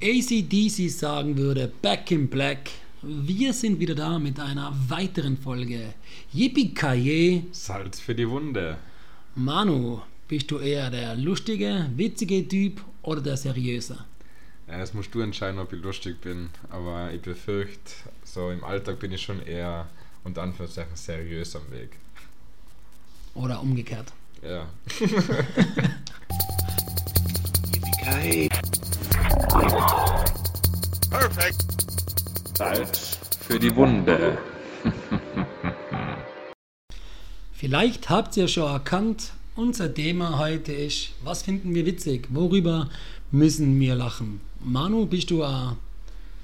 ACDC sagen würde, Back in Black. Wir sind wieder da mit einer weiteren Folge. Yippie Salz für die Wunde. Manu, bist du eher der lustige, witzige Typ oder der seriöse? Ja, Jetzt musst du entscheiden, ob ich lustig bin, aber ich befürchte, so im Alltag bin ich schon eher unter Anführungszeichen seriös am Weg. Oder umgekehrt? Ja. Salz für die Wunde. Vielleicht habt ihr schon erkannt, unser Thema heute ist, was finden wir witzig? Worüber müssen wir lachen? Manu, bist du ein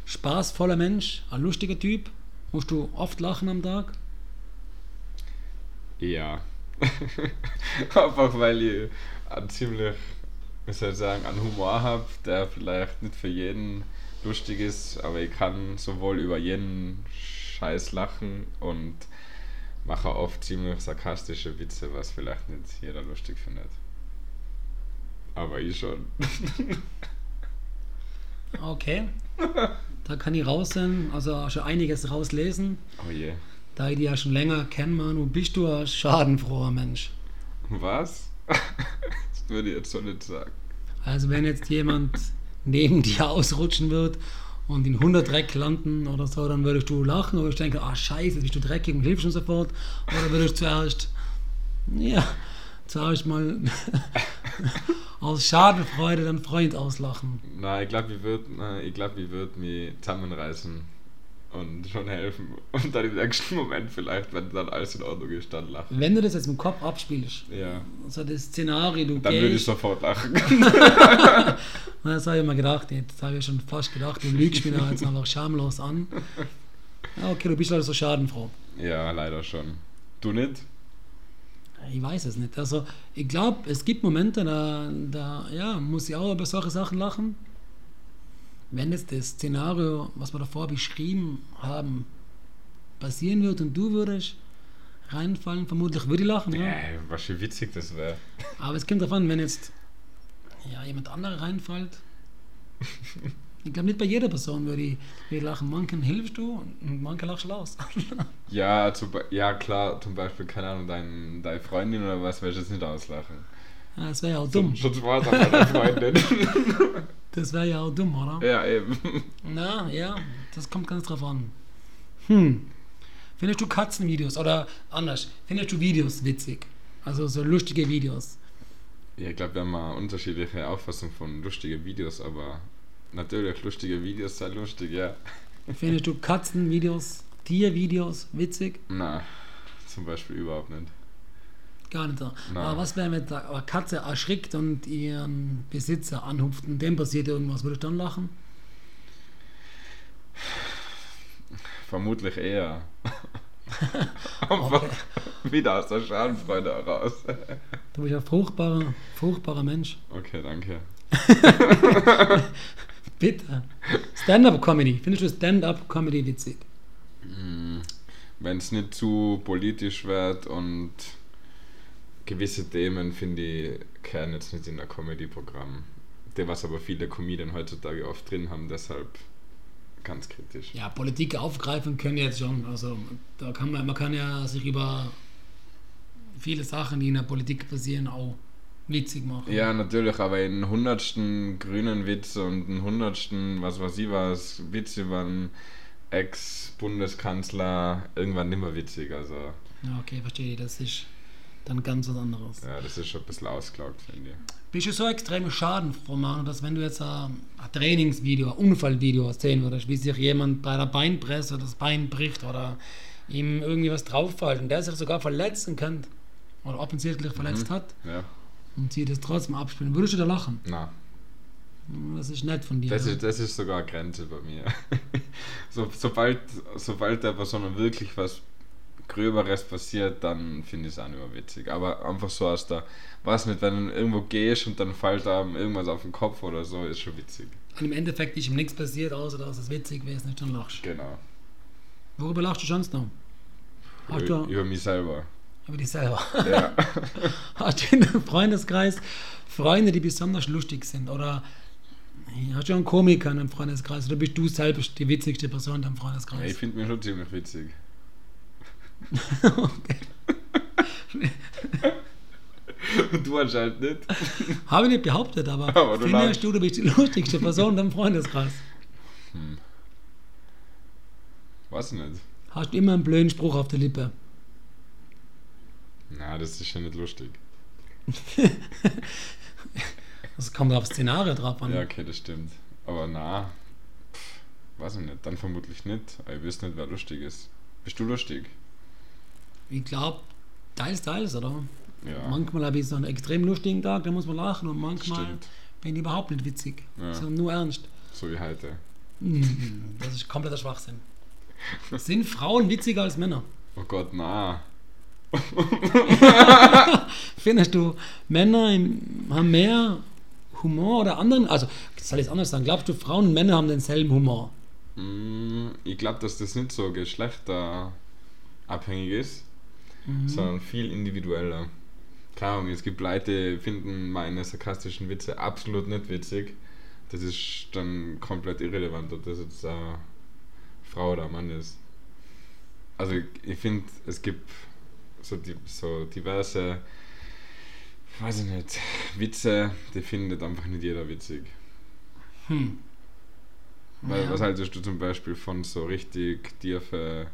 spaßvoller Mensch, ein lustiger Typ? Musst du oft lachen am Tag? Ja. Einfach weil ich einen ziemlich, wie soll ich sagen, einen Humor habe, der vielleicht nicht für jeden lustig ist, aber ich kann sowohl über jeden Scheiß lachen und mache oft ziemlich sarkastische Witze, was vielleicht nicht jeder lustig findet. Aber ich schon. Okay. Da kann ich raussehen, also schon einiges rauslesen. Oh je. Da ich dich ja schon länger kenne, Manu, bist du ein schadenfroher Mensch. Was? Das würde ich jetzt so nicht sagen. Also wenn jetzt jemand neben dir ausrutschen wird und in 100 Dreck landen oder so, dann würdest du lachen oder denken, ah scheiße, bist du dreckig und hilfst uns sofort. Oder würdest du zuerst, ja, zuerst mal aus Schadenfreude deinen Freund auslachen. Na, ich glaube, ich würde ich glaub, ich würd mich zusammenreißen und schon helfen. Und dann im nächsten Moment vielleicht, wenn dann alles in Ordnung ist, dann lachen. Wenn du das jetzt im Kopf abspielst, Ja. so das Szenario, du Dann würde ich gehst, sofort lachen. Na, das habe ich mir gedacht, jetzt habe ich schon fast gedacht, du lügst mich da jetzt einfach schamlos an. Ja, okay, du bist leider so schadenfroh. Ja, leider schon. Du nicht? Ich weiß es nicht. Also, ich glaube, es gibt Momente, da, da ja, muss ich auch über solche Sachen lachen. Wenn jetzt das Szenario, was wir davor beschrieben haben, passieren wird und du würdest reinfallen, vermutlich würde ich lachen. Ja. Äh, was für witzig das wäre. Aber es kommt darauf an, wenn jetzt ja, jemand anderer reinfällt. Ich glaube, nicht bei jeder Person würde ich, würde ich lachen. Manchen hilfst du und manchen lachst du aus. Ja, zum, Be- ja, klar, zum Beispiel, keine Ahnung, dein, deine Freundin oder was, werde ich jetzt nicht auslachen. Ja, Das wäre ja auch dumm. Schon Spaß an deiner Freundin. Das wäre ja auch dumm, oder? ja, eben. Na, ja, das kommt ganz drauf an. Hm. Findest du Katzenvideos oder anders, findest du Videos witzig? Also so lustige Videos. Ja, ich glaube, wir haben mal unterschiedliche Auffassung von lustigen Videos, aber natürlich, lustige Videos sind lustig, ja. Findest du Katzenvideos, Tiervideos witzig? Na, zum Beispiel überhaupt nicht. Gar nicht so. Na. Aber was wäre, wenn da eine Katze erschrickt und ihren Besitzer anhupft und dem passiert irgendwas? Würdest du dann lachen? Vermutlich eher. Einfach wieder aus der Schadenfreude heraus. Du bist ein fruchtbarer, fruchtbarer Mensch. Okay, danke. Bitte. Stand-up-Comedy. Findest du Stand-up-Comedy witzig? Wenn es Hm, nicht zu politisch wird und gewisse Themen, finde ich, kehren jetzt nicht in ein Comedy-Programm. Der, was aber viele Comedien heutzutage oft drin haben, deshalb ganz kritisch. Ja, Politik aufgreifen können jetzt schon. Also da kann man, man kann ja sich über viele Sachen, die in der Politik passieren, auch witzig machen. Ja, natürlich, aber in hundertsten grünen Witz und einen hundertsten, was weiß ich was, Witz über einen Ex-Bundeskanzler, irgendwann nimmer witzig. Also, Ja, okay, verstehe ich. Das ist dann ganz was anderes. ja, das ist schon ein bisschen ausgelaugt, finde ich. Bist du so extrem schadenfroh, Manu, dass wenn du jetzt ein, ein Trainingsvideo, ein Unfallvideo sehen würdest, wie sich jemand bei der Beinpresse das Bein bricht oder ihm irgendwie was drauffällt und der sich sogar verletzen kann oder offensichtlich Mhm. verletzt hat Ja, und sie das trotzdem abspielen, würdest du da lachen? na. Das ist nett von dir. Das ja. ist, das ist sogar eine Grenze bei mir. so, sobald, sobald der Person wirklich was Gröberes passiert, dann finde ich es auch nicht mehr witzig. Aber einfach so aus der, weiß nicht, wenn du irgendwo gehst und dann fällt da irgendwas auf den Kopf oder so, ist schon witzig. Und im Endeffekt ist ihm nichts passiert, außer dass es witzig gewesen ist, dann lachst du. Genau. Worüber lachst du sonst noch? Hast Ü- du Über mich selber. über dich selber? Ja. Hast du in deinem Freundeskreis Freunde, die besonders lustig sind? Oder Ja, schon Komiker in deinem Freundeskreis. Oder bist du selbst die witzigste Person in deinem Ja, Freundeskreis? ich finde mich schon ziemlich witzig. okay. Du anscheinend nicht. Habe ich nicht behauptet, aber, Aber du findest lachst. du, du bist die lustigste Person in deinem Freundeskreis? Weiß ich nicht. Hast du immer einen blöden Spruch auf der Lippe? Na, das ist ja nicht lustig. Das kommt auf Szenario drauf an. Ja, okay, das stimmt. Aber na, pff, weiß ich nicht. Dann vermutlich nicht. Aber ich wüsste nicht, wer lustig ist. Bist du lustig? Ich glaube, teils, teils, oder? Ja, Manchmal habe ich so einen extrem lustigen Tag, da muss man lachen und das manchmal stimmt. bin ich überhaupt nicht witzig, Ja. sondern nur ernst. So wie heute. Mm, Das ist kompletter Schwachsinn. Sind Frauen witziger als Männer? Oh Gott, na. Findest du, Männer im, haben mehr Humor oder anderen? Also, soll ich es anders sagen? Glaubst du, Frauen und Männer haben denselben Humor? Mm, Ich glaube, dass das nicht so geschlechterabhängig ist, Mhm. sondern viel individueller. Keine Ahnung, es gibt Leute, die finden meine sarkastischen Witze absolut nicht witzig. Das ist dann komplett irrelevant, ob das jetzt eine Frau oder ein Mann ist. Also ich- ich finde, es gibt so, di- so diverse, weiß ich nicht, Witze, die findet einfach nicht jeder witzig. Hm. Weil, Ja. Was haltest du zum Beispiel von so richtig tiefe,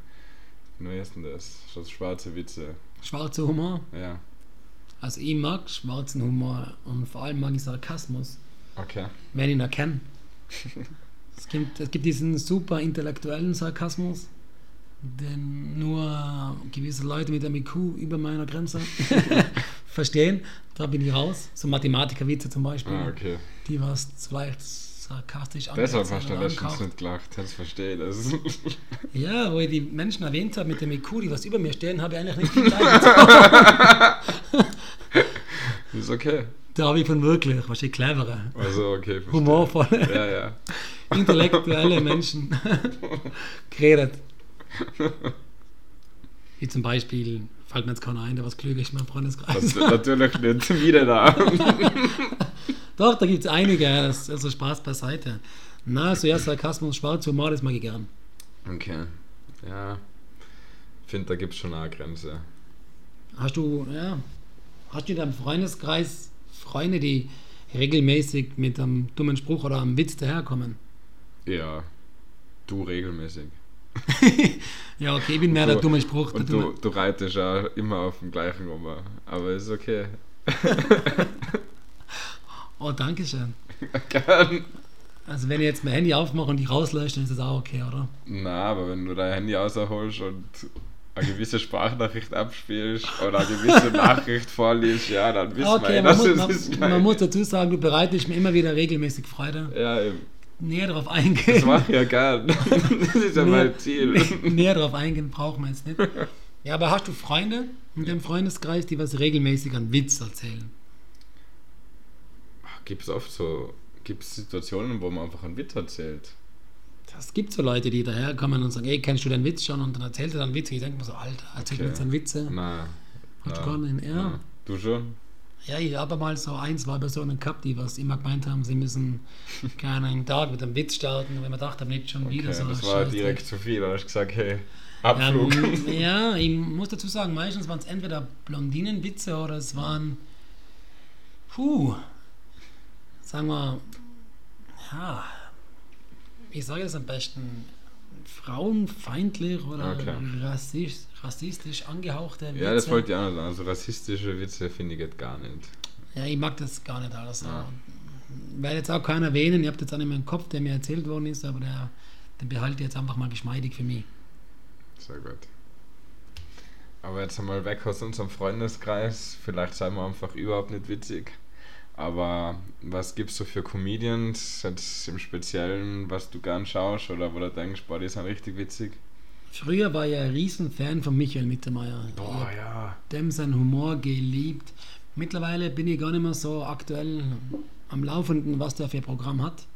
wie heißt denn das? So schwarze Witze. Schwarzer Humor? Ja, Also, ich mag schwarzen Humor und vor allem mag ich Sarkasmus. okay. wenn ich ihn erkenne. es, gibt, es gibt diesen super intellektuellen Sarkasmus, den nur gewisse Leute mit einem IQ über meiner Grenze verstehen. Da bin ich raus. So Mathematikerwitze zum Beispiel, Ah, okay. die was vielleicht sarkastisch Deshalb angesetzt hast du oder letztens ankauft. nicht gelacht. Jetzt verstehe ich das. Ja, wo ich die Menschen erwähnt habe mit dem IQ, die was über mir stehen, habe ich eigentlich nicht viel Leid. ist okay. Da habe ich von wirklich, was ich clevere, Also, okay. verstehe. humorvolle, Ja, ja. intellektuelle Menschen geredet. Wie zum Beispiel, fällt mir jetzt keiner ein, der was klüger ist in meinem Das, Freundeskreis. natürlich nicht. Wieder da. Doch, da gibt es einige, ja, das, also Spaß beiseite. Na, so ja, Sarkasmus, schwarz, Humor, das mag ich gern. Okay. Ja. Ich finde, da gibt es schon eine Grenze. Hast du, ja, hast du in deinem Freundeskreis Freunde, die regelmäßig mit einem dummen Spruch oder einem Witz daherkommen? Ja. Du regelmäßig. Ja, okay, ich bin mehr der Du- dumme Spruch. Der Und du, dumme. du reitest ja immer auf dem gleichen Nummer. Aber ist okay. Oh, danke schön. Gern. Also, wenn ich jetzt mein Handy aufmache und die rauslösche, dann ist das auch okay, oder? Na, aber wenn du dein Handy rausholst und eine gewisse Sprachnachricht abspielst oder eine gewisse Nachricht vorliest, ja, dann wissen wir, Ah, Okay, ja, man, dass es muss, ist man, geil. man muss dazu sagen, du bereitest mir immer wieder regelmäßig Freude. Ja, eben. Näher darauf das eingehen. mache ich ja gern. Das ist ja mein Ziel. Näher darauf eingehen brauchen wir jetzt nicht. Ja, aber hast du Freunde in deinem Freundeskreis, die was regelmäßig an Witz erzählen? Gibt es oft so gibt's Situationen, wo man einfach einen Witz erzählt? Das gibt so Leute, die daherkommen und sagen, ey, kennst du den Witz schon? Und dann erzählt er dann Witze. Ich denke mir so, Alter, erzählt Okay. mir jetzt einen Witze. Na, Hast du na, gar nicht, ja. na. Du schon? Ja, ich habe mal so ein, zwei Personen gehabt, die was immer gemeint haben, sie müssen keinen Tag mit einem Witz starten. Und wenn man dachte, nicht schon Okay, wieder so das ein war Scheiß- direkt zu viel. Da hast du gesagt, hey, Ja, Abflug. m- ja, ich muss dazu sagen, meistens waren es entweder Blondinenwitze oder es waren, puh, sagen wir, ja, ich sage das am besten, frauenfeindlich oder Okay. rassistisch, rassistisch angehauchte Witze. Ja, das wollte ich auch noch sagen. Also rassistische Witze finde ich jetzt gar nicht. Ja, ich mag das gar nicht alles. Ja. Ich werde jetzt auch keinen erwähnen, ich habe jetzt einen in meinem Kopf, der mir erzählt worden ist, aber der, den behalte ich jetzt einfach mal geschmeidig für mich. Sehr gut. Aber jetzt einmal weg aus unserem Freundeskreis. Vielleicht seien wir einfach überhaupt nicht witzig. Aber was gibt's so für Comedians jetzt im Speziellen, was du gern schaust oder wo du denkst, boah, die sind richtig witzig? Früher war ich ein Riesenfan von Michael Mittermeier. Ich Boah, ja. dem sein Humor geliebt. Mittlerweile bin ich gar nicht mehr so aktuell am Laufenden, was der für ein Programm hat.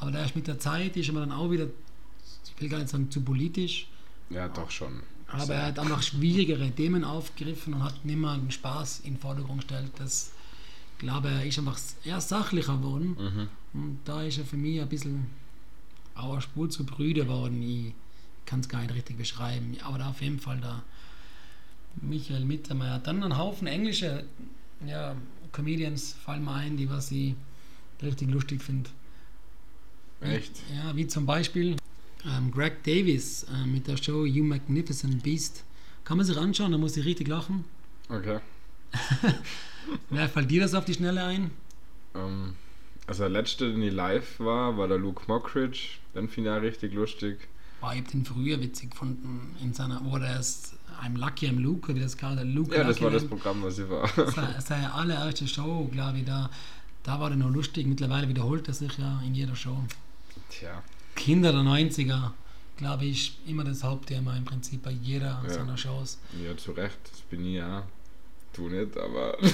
Aber da ist mit der Zeit, ist er mir dann auch wieder, ich will gar nicht sagen zu politisch, Ja, doch schon. aber er hat einfach schwierigere Themen aufgegriffen und hat nicht mehr den Spaß in den Vordergrund gestellt. Das glaube, er ist einfach eher sachlicher geworden. Mhm. Und da ist er für mich ein bisschen auch eine Spur zu brüde geworden. Ich kann es gar nicht richtig beschreiben. Aber da auf jeden Fall da Michael Mittermeier. Dann ein Haufen englische ja, Comedians fallen mir ein, die was ich richtig lustig finde. Mhm. Echt? Ja, wie zum Beispiel ähm, Greg Davis äh, mit der Show You Magnificent Beast. Kann man sich anschauen, da muss ich richtig lachen. Okay. Wer fällt dir das auf die Schnelle ein? Ähm, also der letzte, den ich live war, war der Luke Mockridge. Den finde ich auch richtig lustig. Boah, ich hab den früher witzig gefunden, in seiner, wo der ist, I'm Lucky, I'm Luke, wie das gerade, Luke Ja, das Lucky war das Luke. Programm, was ich war. Sei- Seine allererste Show, glaube ich, da, da war der noch lustig. Mittlerweile wiederholt er sich ja in jeder Show. Tja. Kinder der 90er, glaube ich, immer das Hauptthema im Prinzip bei jeder Ja. seiner Shows. Ja, zu Recht. Das bin ich ja. Du nicht, aber.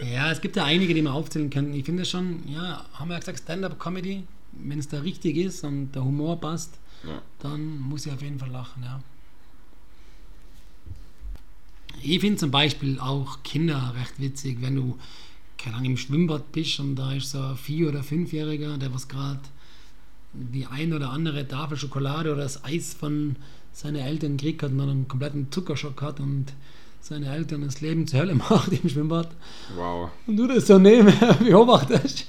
Ja, es gibt ja einige, die man aufzählen könnten. Ich finde schon, ja, haben wir ja gesagt, Stand-Up-Comedy, wenn es da richtig ist und der Humor passt, ja. dann muss ich auf jeden Fall lachen, ja. Ich finde zum Beispiel auch Kinder recht witzig, wenn du, keine Ahnung, im Schwimmbad bist und da ist so ein Vier- oder Fünfjähriger, der was gerade die ein oder andere Tafel Schokolade oder das Eis von seinen Eltern gekriegt hat und dann einen kompletten Zuckerschock hat und seine Eltern das Leben zur Hölle macht im Schwimmbad Wow. und du das so nebenher beobachtest,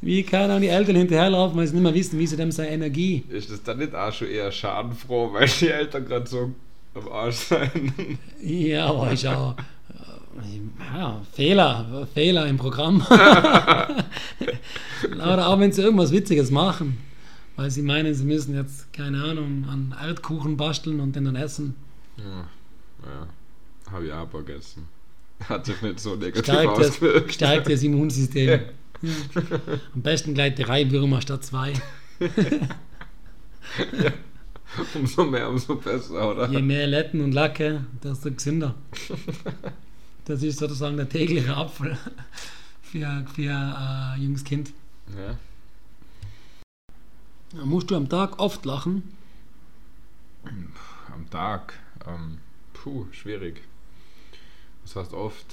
wie keine Ahnung, die Eltern hinterherlaufen, weil sie nicht mehr wissen, wie sie dem seine Energie Ist das dann nicht auch schon eher schadenfroh, weil die Eltern gerade so am Arsch sind? Ja, aber ist auch äh, ja, Fehler, Fehler im Programm. Oder auch wenn sie irgendwas Witziges machen, weil sie meinen, sie müssen jetzt, keine Ahnung, an Erdkuchen basteln und den dann essen. Ja. ja. Habe ich auch vergessen. Hat sich nicht so negativ Stärkt das, ausgewirkt. stärkt das Immunsystem. Ja. Am besten gleich drei Würmer statt zwei. Umso mehr, umso besser, oder? Je mehr Letten und Lacke, desto gesünder. Das ist sozusagen der tägliche Apfel für, für ein äh, junges Kind. Ja. Musst du am Tag oft lachen? Am Tag. Ähm, puh, schwierig. Das heißt oft.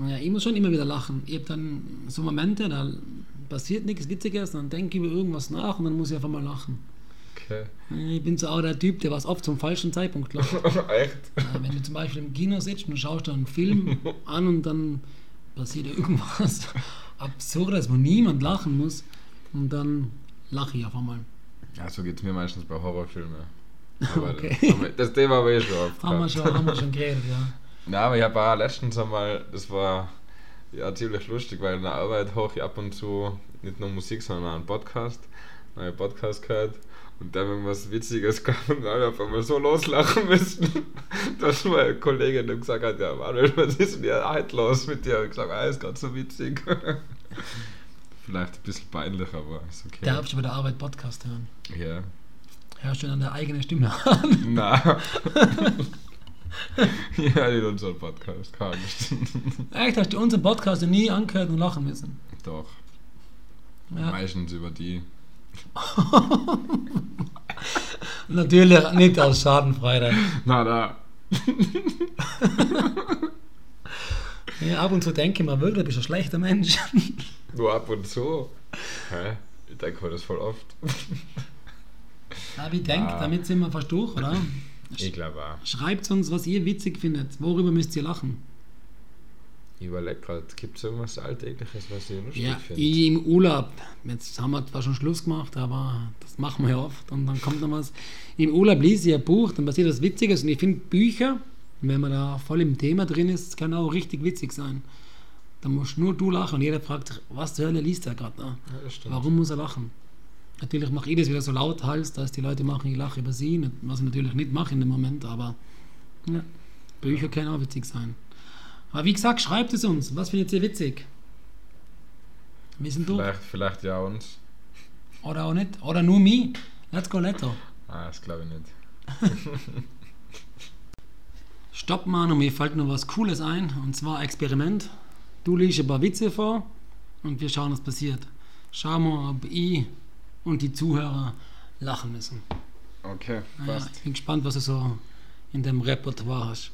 Ja, ich muss schon immer wieder lachen. Ich habe dann so Momente, da passiert nichts Witziges, dann denke ich über irgendwas nach und dann muss ich einfach mal lachen. Okay. Ich bin so auch der Typ, der was oft zum falschen Zeitpunkt lacht. Echt? Ja, Wenn du zum Beispiel im Kino sitzt und schaust dir einen Film an und dann passiert irgendwas Absurdes, wo niemand lachen muss und dann lache ich auf einmal. Ja, so geht es mir meistens bei Horrorfilmen. Aber Okay. das, haben wir- das Thema habe ich schon oft. Haben wir gehabt. schon, haben wir schon geredet, ja. Na, aber ich habe auch letztens einmal, das war ja ziemlich lustig, weil in der Arbeit hoch ich ab und zu nicht nur Musik, sondern auch einen Podcast, einen Podcast gehört und dann irgendwas Witziges kam und alle auf einmal so loslachen müssen, dass meine Kollegin dann gesagt hat, ja Manuel, was ist denn hier heute los mit dir? Und ich gesagt, ah, ist gerade so witzig. Vielleicht ein bisschen peinlich, aber ist okay. Darfst du bei der Arbeit Podcast hören? ja. Hörst du dann deine eigene Stimme an? Na. ja, in unserem Podcast kann ich. Echt, hast du unseren Podcast noch nie angehört und lachen müssen? Doch. Ja. Meistens über die. Natürlich nicht aus Schadenfreude. Na, da. Ja, ab und zu denke ich mir wirklich, du bist ein schlechter Mensch. Nur ab und zu. Hä? Ich denke mir das voll oft. Aber ich denke, Ah. damit sind wir fast durch, oder? Ich glaube auch. Schreibt uns, was ihr witzig findet. Worüber müsst ihr lachen? Ich überlege gerade, gibt es irgendwas Alltägliches, was ihr lustig Ja, findet? ich im Urlaub. Jetzt haben wir zwar schon Schluss gemacht, aber das machen wir ja oft. Und dann kommt noch was. Im Urlaub lese ich ein Buch, dann passiert was Witziges. Und ich finde Bücher, wenn man da voll im Thema drin ist, kann auch richtig witzig sein. Da musst nur du lachen. Und jeder fragt sich, was zur Hölle liest er gerade? Ne? Ja, das stimmt. Warum muss er lachen? Natürlich mache ich das wieder so laut Hals, dass die Leute machen, ich lache über sie, nicht- was ich natürlich nicht mache in dem Moment, aber ja, Bücher können auch witzig sein. Aber wie gesagt, schreibt es uns. Was findet ihr witzig? Wir sind durch. Vielleicht, vielleicht ja uns. Oder auch nicht. Oder nur mich. Let's go, Leto. Ah, das glaube ich nicht. Stopp, Manu, mir fällt nur was Cooles ein. Und zwar Experiment. Du liest ein paar Witze vor und wir schauen, was passiert. Schauen wir, ob ich und die Zuhörer lachen müssen. Okay, Ah, Ja, ich bin gespannt, was du so in deinem Repertoire hast.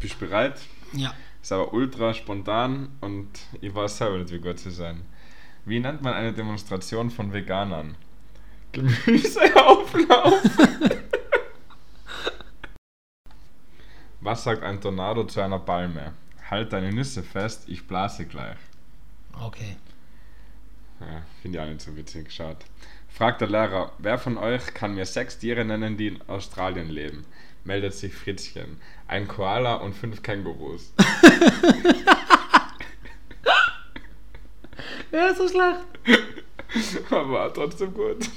bist du bereit? Ja. Ist aber ultra spontan und ich weiß selber nicht, wie gut sie sein. Wie nennt man eine Demonstration von Veganern? Gemüseauflauf. Was sagt ein Tornado zu einer Palme? Halt deine Nüsse fest, ich blase gleich. Okay. Ja, finde ich auch nicht so witzig, schade. Fragt der Lehrer, wer von euch kann mir sechs Tiere nennen, die in Australien leben? Meldet sich Fritzchen. Ein Koala und fünf Kängurus. Ja, so schlecht. Aber trotzdem gut.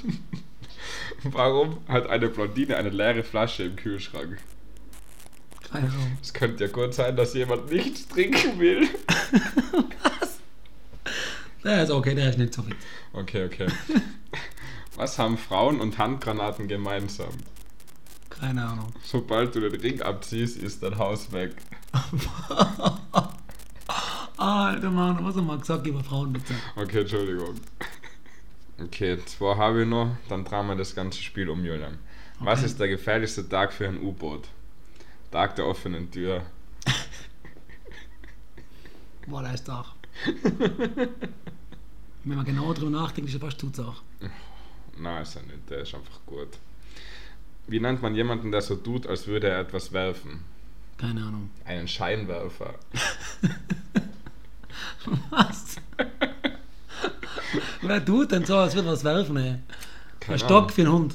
Warum hat eine Blondine eine leere Flasche im Kühlschrank? Keine Ahnung. Es könnte ja gut sein, dass jemand nichts trinken will. Der ist okay, der ist nicht so fit. Okay, okay. Was haben Frauen und Handgranaten gemeinsam? Keine Ahnung. Sobald du den Ring abziehst, ist dein Haus weg. Alter Mann, was haben wir gesagt über Frauen bitte? Okay, Entschuldigung. Okay, zwei habe ich noch, dann drehen wir das ganze Spiel um, Julian. Was Okay. ist der gefährlichste Tag für ein U-Boot? Tag der offenen Tür. Boah, der ist auch. Wenn man genau drüber nachdenkt, ist er fast tut's auch. Nein, ist er nicht, der ist einfach gut. Wie nennt man jemanden, der so tut, als würde er etwas werfen? Keine Ahnung. Einen Scheinwerfer. Was? Wer tut denn so, als würde was werfen, ey? Ein Keine Stock Ahnung. für einen Hund,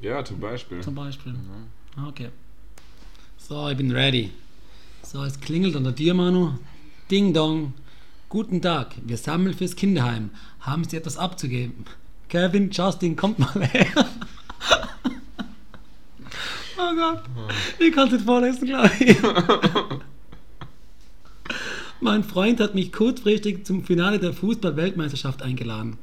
Ja, zum Beispiel. zum Beispiel. Okay. So, ich bin ready. So, es klingelt an der Tür, Manu. Ding dong. Guten Tag, wir sammeln fürs Kinderheim. Haben Sie etwas abzugeben? Kevin, Justin, kommt mal her. oh Gott, ich kann es nicht vorlesen, glaube ich. Mein Freund hat mich kurzfristig zum Finale der Fußball-Weltmeisterschaft eingeladen.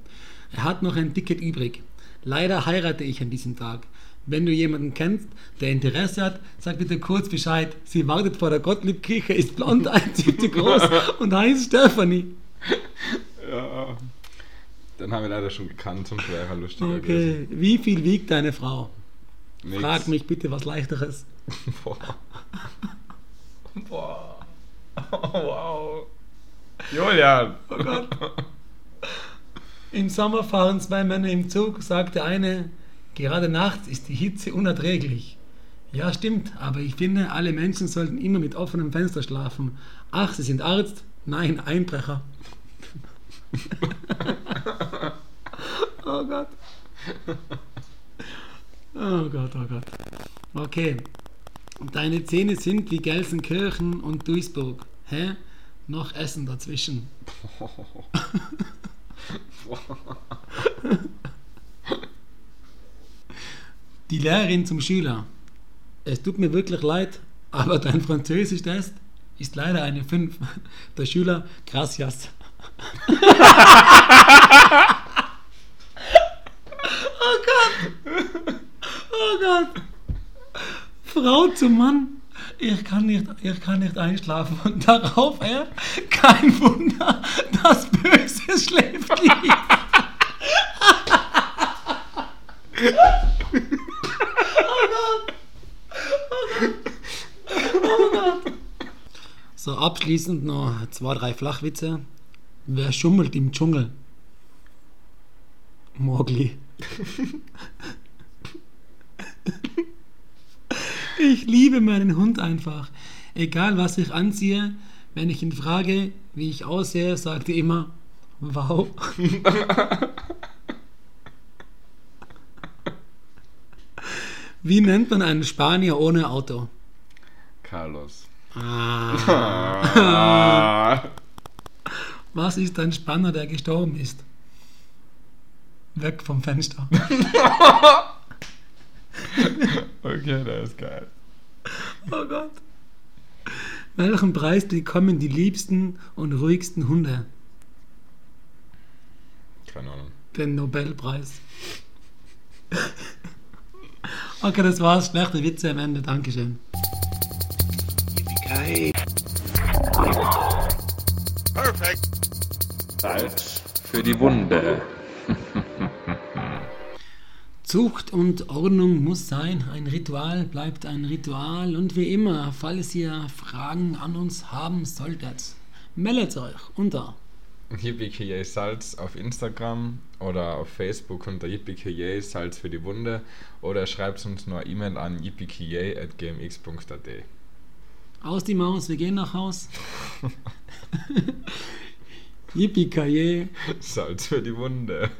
Er hat noch ein Ticket übrig. Leider heirate ich an diesem Tag. Wenn du jemanden kennst, der Interesse hat, sag bitte kurz Bescheid. Sie wartet vor der Gottliebkirche, ist blond, ein Typ zu groß und heißt Stephanie. Ja. Den haben wir leider schon gekannt, zum schwerer lustiger gewesen. Okay, wie viel wiegt deine Frau? Ah, Nix. Frag mich bitte was Leichteres. Boah. Boah. wow. Julian. Oh Gott. Im Sommer fahren zwei Männer im Zug, sagt der eine, gerade nachts ist die Hitze unerträglich. Ja, stimmt, aber ich finde, alle Menschen sollten immer mit offenem Fenster schlafen. Ach, Sie sind Arzt? Nein, Einbrecher. oh Gott. Oh Gott, oh Gott. Okay. Deine Zähne sind wie Gelsenkirchen und Duisburg. Hä? Noch Essen dazwischen. Die Lehrerin zum Schüler. Es tut mir wirklich leid, aber dein Französisch-Test ist leider eine 5. Der Schüler, gracias. oh Gott! Oh Gott! Frau zum Mann, ich kann nicht, ich kann nicht einschlafen. Und darauf er, kein Wunder, das Böse schläft nicht. So, abschließend noch zwei, drei Flachwitze. Wer schummelt im Dschungel? Mogli. ich liebe meinen Hund einfach. Egal was ich anziehe, wenn ich ihn frage, wie ich aussehe, sagt er immer, wow. Wie nennt man einen Spanier ohne Auto? Carlos. Ah. Ah. Was ist ein Spanner, der gestorben ist? Weg vom Fenster. Okay, der ist geil. Oh Gott. Welchen Preis bekommen die liebsten und ruhigsten Hunde? Keine Ahnung. Den Nobelpreis. Okay, das war's. Schlechte Witze am Ende. Dankeschön. Zeit für die Wunde. Zucht und Ordnung muss sein. Ein Ritual bleibt ein Ritual. Und wie immer, falls ihr Fragen an uns haben solltet, meldet euch unter Yippie Salz auf Instagram oder auf Facebook unter Yippie Salz für die Wunde oder schreibt uns nur E-Mail an yippie@gmx.at. Aus die Maus, wir gehen nach Haus. Yippie Salz für die Wunde.